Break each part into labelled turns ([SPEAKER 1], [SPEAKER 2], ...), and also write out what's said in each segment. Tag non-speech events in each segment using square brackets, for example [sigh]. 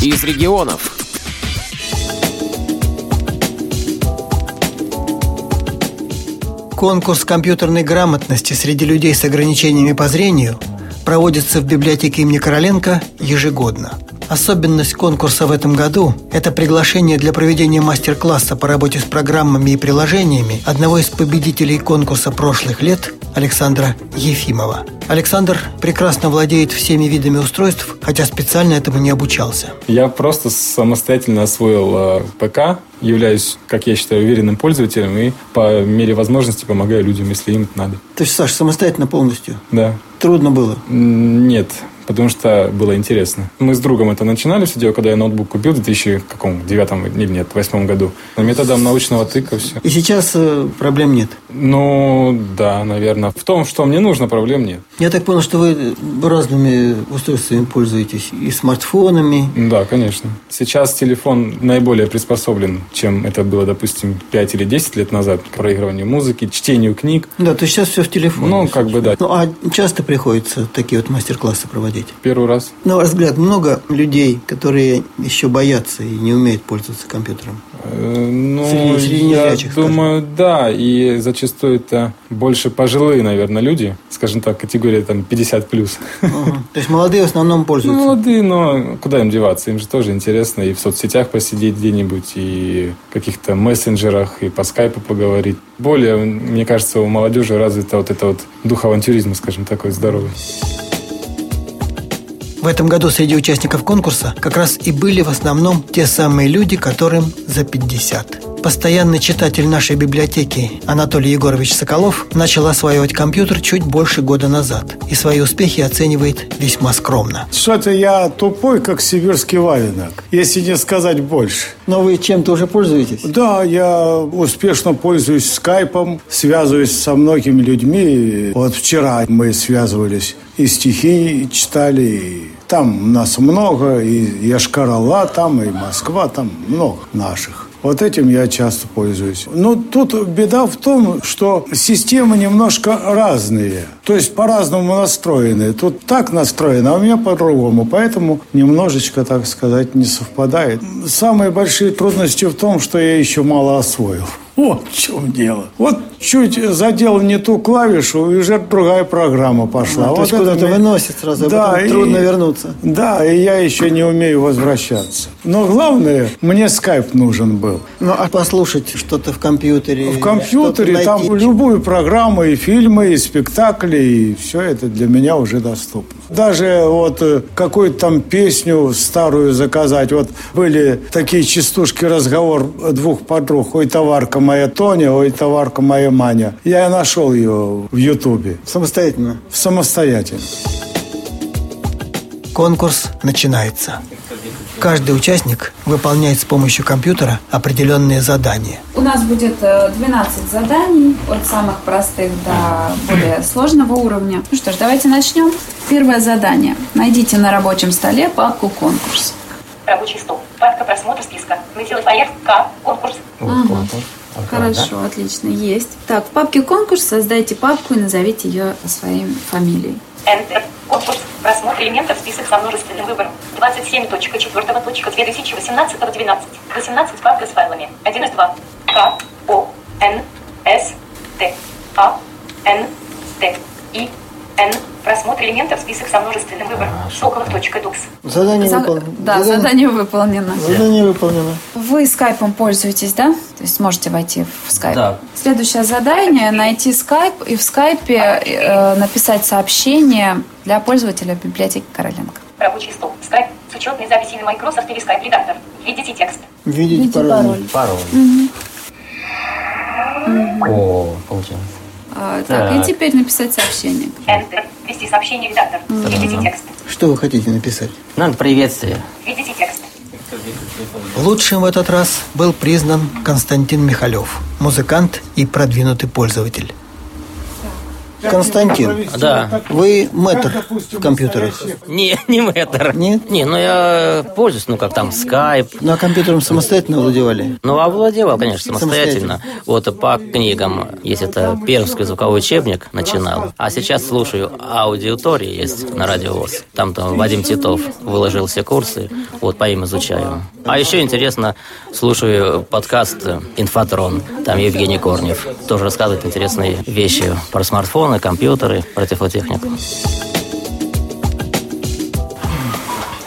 [SPEAKER 1] из регионов.
[SPEAKER 2] Конкурс компьютерной грамотности среди людей с ограничениями по зрению проводится в библиотеке имени Короленко ежегодно. Особенность конкурса в этом году – это приглашение для проведения мастер-класса по работе с программами и приложениями одного из победителей конкурса прошлых лет Александра Ефимова. Александр прекрасно владеет всеми видами устройств, хотя специально этому не обучался.
[SPEAKER 3] Я просто самостоятельно освоил э, ПК, являюсь, как я считаю, уверенным пользователем и по мере возможности помогаю людям, если им это надо.
[SPEAKER 2] То есть, Саш, самостоятельно полностью?
[SPEAKER 3] Да.
[SPEAKER 2] Трудно было?
[SPEAKER 3] Нет, потому что было интересно. Мы с другом это начинали все дело, когда я ноутбук купил в 2009 или нет, восьмом году. Методом научного тыка все.
[SPEAKER 2] И сейчас э, проблем нет?
[SPEAKER 3] Ну, да, наверное. В том, что мне нужно, проблем нет.
[SPEAKER 2] Я так понял, что вы разными устройствами пользуетесь, и смартфонами.
[SPEAKER 3] Да, конечно. Сейчас телефон наиболее приспособлен, чем это было, допустим, 5 или 10 лет назад, к проигрыванию музыки, чтению книг.
[SPEAKER 2] Да, то есть сейчас все в телефоне.
[SPEAKER 3] Ну, как бы да.
[SPEAKER 2] Ну, а часто приходится такие вот мастер-классы проводить? проводить?
[SPEAKER 3] Первый раз.
[SPEAKER 2] На ваш взгляд, много людей, которые еще боятся и не умеют пользоваться
[SPEAKER 3] [laughs]
[SPEAKER 2] компьютером?
[SPEAKER 3] Э, ну, среди, среди я думаю, скажем. да. И зачастую это больше пожилые, наверное, люди. Скажем так, категория там 50 плюс. [laughs]
[SPEAKER 2] Ага. То есть молодые в основном пользуются?
[SPEAKER 3] Ну, молодые, но куда им деваться? Им же тоже интересно и в соцсетях посидеть где-нибудь, и в каких-то мессенджерах, и по скайпу поговорить. Более, мне кажется, у молодежи развита вот это вот дух авантюризма, скажем, такой здоровый.
[SPEAKER 2] В этом году среди участников конкурса как раз и были в основном те самые люди, которым за 50. Постоянный читатель нашей библиотеки Анатолий Егорович Соколов начал осваивать компьютер чуть больше года назад и свои успехи оценивает весьма скромно.
[SPEAKER 4] Что-то я тупой, как сибирский валенок, если не сказать больше.
[SPEAKER 2] Но вы чем-то уже пользуетесь?
[SPEAKER 4] Да, я успешно пользуюсь скайпом, связываюсь со многими людьми. Вот вчера мы связывались и стихи читали, и там нас много, и Яшкарала там, и Москва там много наших. Вот этим я часто пользуюсь. Но тут беда в том, что системы немножко разные. То есть по-разному настроены. Тут так настроено, а у меня по-другому. Поэтому немножечко, так сказать, не совпадает. Самые большие трудности в том, что я еще мало освоил. [laughs] Вот в чем дело. Вот чуть задел не ту клавишу, и уже другая программа
[SPEAKER 2] Ну,
[SPEAKER 4] пошла. А вот
[SPEAKER 2] то есть куда-то мне... выносит сразу, да, а потом и... трудно вернуться.
[SPEAKER 4] Да, и я еще не умею возвращаться. Но главное, мне скайп нужен был.
[SPEAKER 2] Ну, а послушать что-то в компьютере?
[SPEAKER 4] В компьютере, там найти. любую программу, и фильмы, и спектакли, и все это для меня уже доступно. Даже вот э, какую-то там песню старую заказать. Вот были такие частушки разговор двух подруг. Ой, товарка моя Тоня, ой, товарка моя Маня. Я нашел ее в Ютубе.
[SPEAKER 2] Самостоятельно?
[SPEAKER 4] Самостоятельно.
[SPEAKER 2] Конкурс начинается. Каждый участник выполняет с помощью компьютера определенные задания.
[SPEAKER 5] У нас будет 12 заданий, от самых простых до более сложного уровня. Ну что ж, давайте начнем. Первое задание. Найдите на рабочем столе папку «Конкурс».
[SPEAKER 6] Рабочий стол. Папка «Просмотр списка». Нытилы поездка. К. Конкурс.
[SPEAKER 5] Ага. Хорошо, да? отлично, есть. Так, в папке конкурс создайте папку и назовите ее своей фамилией.
[SPEAKER 6] Enter. Конкурс. Просмотр элементов список со множественным выбором. 27.4.2018-12. 18 папка с файлами. 1 из 2. К. О. Н. С. Т. А. Н. Т. И. Н. Просмотр элементов список со множественным выбором. Соколов.дукс.
[SPEAKER 2] Задание За... выполнено.
[SPEAKER 5] Да, задание... задание выполнено.
[SPEAKER 2] Задание выполнено.
[SPEAKER 5] Вы скайпом пользуетесь, да? То есть можете войти в скайп.
[SPEAKER 7] Да.
[SPEAKER 5] Следующее задание – найти скайп и в скайпе э, написать сообщение для пользователя библиотеки Короленко.
[SPEAKER 6] Рабочий стол. Скайп с учетной записью на Microsoft или скайп редактор. Видите текст.
[SPEAKER 2] Видите, Видите пароль.
[SPEAKER 7] Пароль. пароль. Угу. Угу. О, получилось.
[SPEAKER 5] Так, А, так, и теперь написать сообщение.
[SPEAKER 6] Enter. Ввести сообщение редактор. Видите текст.
[SPEAKER 2] Что вы хотите написать?
[SPEAKER 7] Надо Ну, приветствие.
[SPEAKER 6] Видите текст.
[SPEAKER 2] Лучшим в этот раз был признан Константин Михалев, музыкант и продвинутый пользователь. Константин,
[SPEAKER 7] Да.
[SPEAKER 2] вы мэтр в компьютерах.
[SPEAKER 7] Не, [laughs] не мэтр.
[SPEAKER 2] Нет?
[SPEAKER 7] Не, ну я пользуюсь, ну как там, скайп.
[SPEAKER 2] Ну, а компьютером самостоятельно владевали?
[SPEAKER 7] Ну, овладевал, конечно, самостоятельно. Вот по книгам есть это пермский звуковой учебник начинал. А сейчас слушаю аудитории есть на радио ВОЗ. Там там Вадим Титов выложил все курсы, вот по им изучаю. А еще интересно, слушаю подкаст «Инфотрон». Там Евгений Корнев тоже рассказывает интересные вещи про смартфоны, компьютеры, про технотехнику.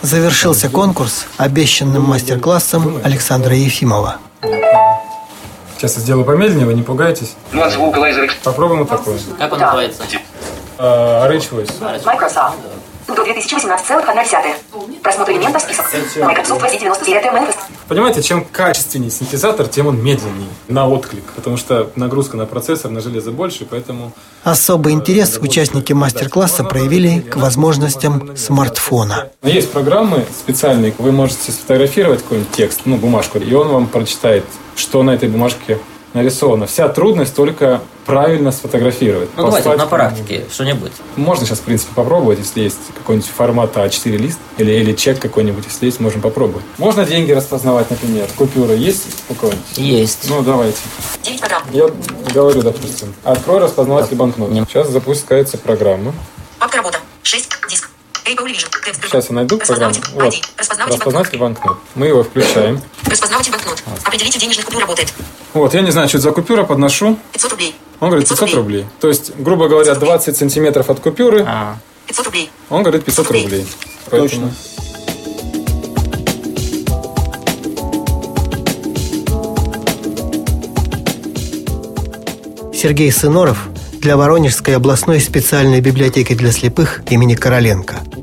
[SPEAKER 2] Завершился конкурс обещанным мастер-классом Александра Ефимова.
[SPEAKER 3] Сейчас я сделаю помедленнее, вы не пугайтесь.
[SPEAKER 1] Ну от звука лазера
[SPEAKER 3] Попробуем вот такое.
[SPEAKER 7] Как он называется?
[SPEAKER 3] А, Orange Voice.
[SPEAKER 6] Microsoft. До 2018,1. Просмотр элементов список. Microsoft 899 Manifest.
[SPEAKER 3] Понимаете, чем качественнее синтезатор, тем он медленнее на отклик. Потому что нагрузка на процессор, на железо больше, поэтому...
[SPEAKER 2] Особый интерес участники мастер-класса проявили к возможностям смартфона.
[SPEAKER 3] Но Есть программы специальные, вы можете сфотографировать какой-нибудь текст, ну, бумажку, и он вам прочитает, что на этой бумажке нарисовано. Вся трудность только правильно сфотографировать.
[SPEAKER 7] Ну, давайте
[SPEAKER 3] Послать
[SPEAKER 7] на
[SPEAKER 3] кому-нибудь.
[SPEAKER 7] практике что-нибудь.
[SPEAKER 3] Можно сейчас, в принципе, попробовать, если есть какой-нибудь формат А4 лист или, или чек какой-нибудь, если есть, можем попробовать. Можно деньги распознавать, например, купюры есть у кого-нибудь?
[SPEAKER 7] Есть.
[SPEAKER 3] Ну, давайте.
[SPEAKER 6] 9 программ.
[SPEAKER 3] Я говорю, допустим, открой распознаватель банкнот. Сейчас запускается программа.
[SPEAKER 6] Папка работа. 6. Диск. Apple Vision. Текст.
[SPEAKER 3] Сейчас я найду программу.
[SPEAKER 6] Распознаватель.
[SPEAKER 3] Вот.
[SPEAKER 6] 1. Распознаватель. банкнот.
[SPEAKER 3] Распознаватель банкнот. Мы его включаем.
[SPEAKER 6] Распознаватель банкнот.
[SPEAKER 3] А.
[SPEAKER 6] Определитель денежных купюр работает.
[SPEAKER 3] Вот, я не знаю, что это за купюра, подношу.
[SPEAKER 6] 500 рублей.
[SPEAKER 3] Он говорит 500 рублей. То есть, грубо говоря, 20 сантиметров от купюры,
[SPEAKER 7] А.
[SPEAKER 6] 500 А. рублей.
[SPEAKER 3] он говорит 500 рублей. Точно.
[SPEAKER 2] Сергей Сыноров для Воронежской областной специальной библиотеки для слепых имени Короленко.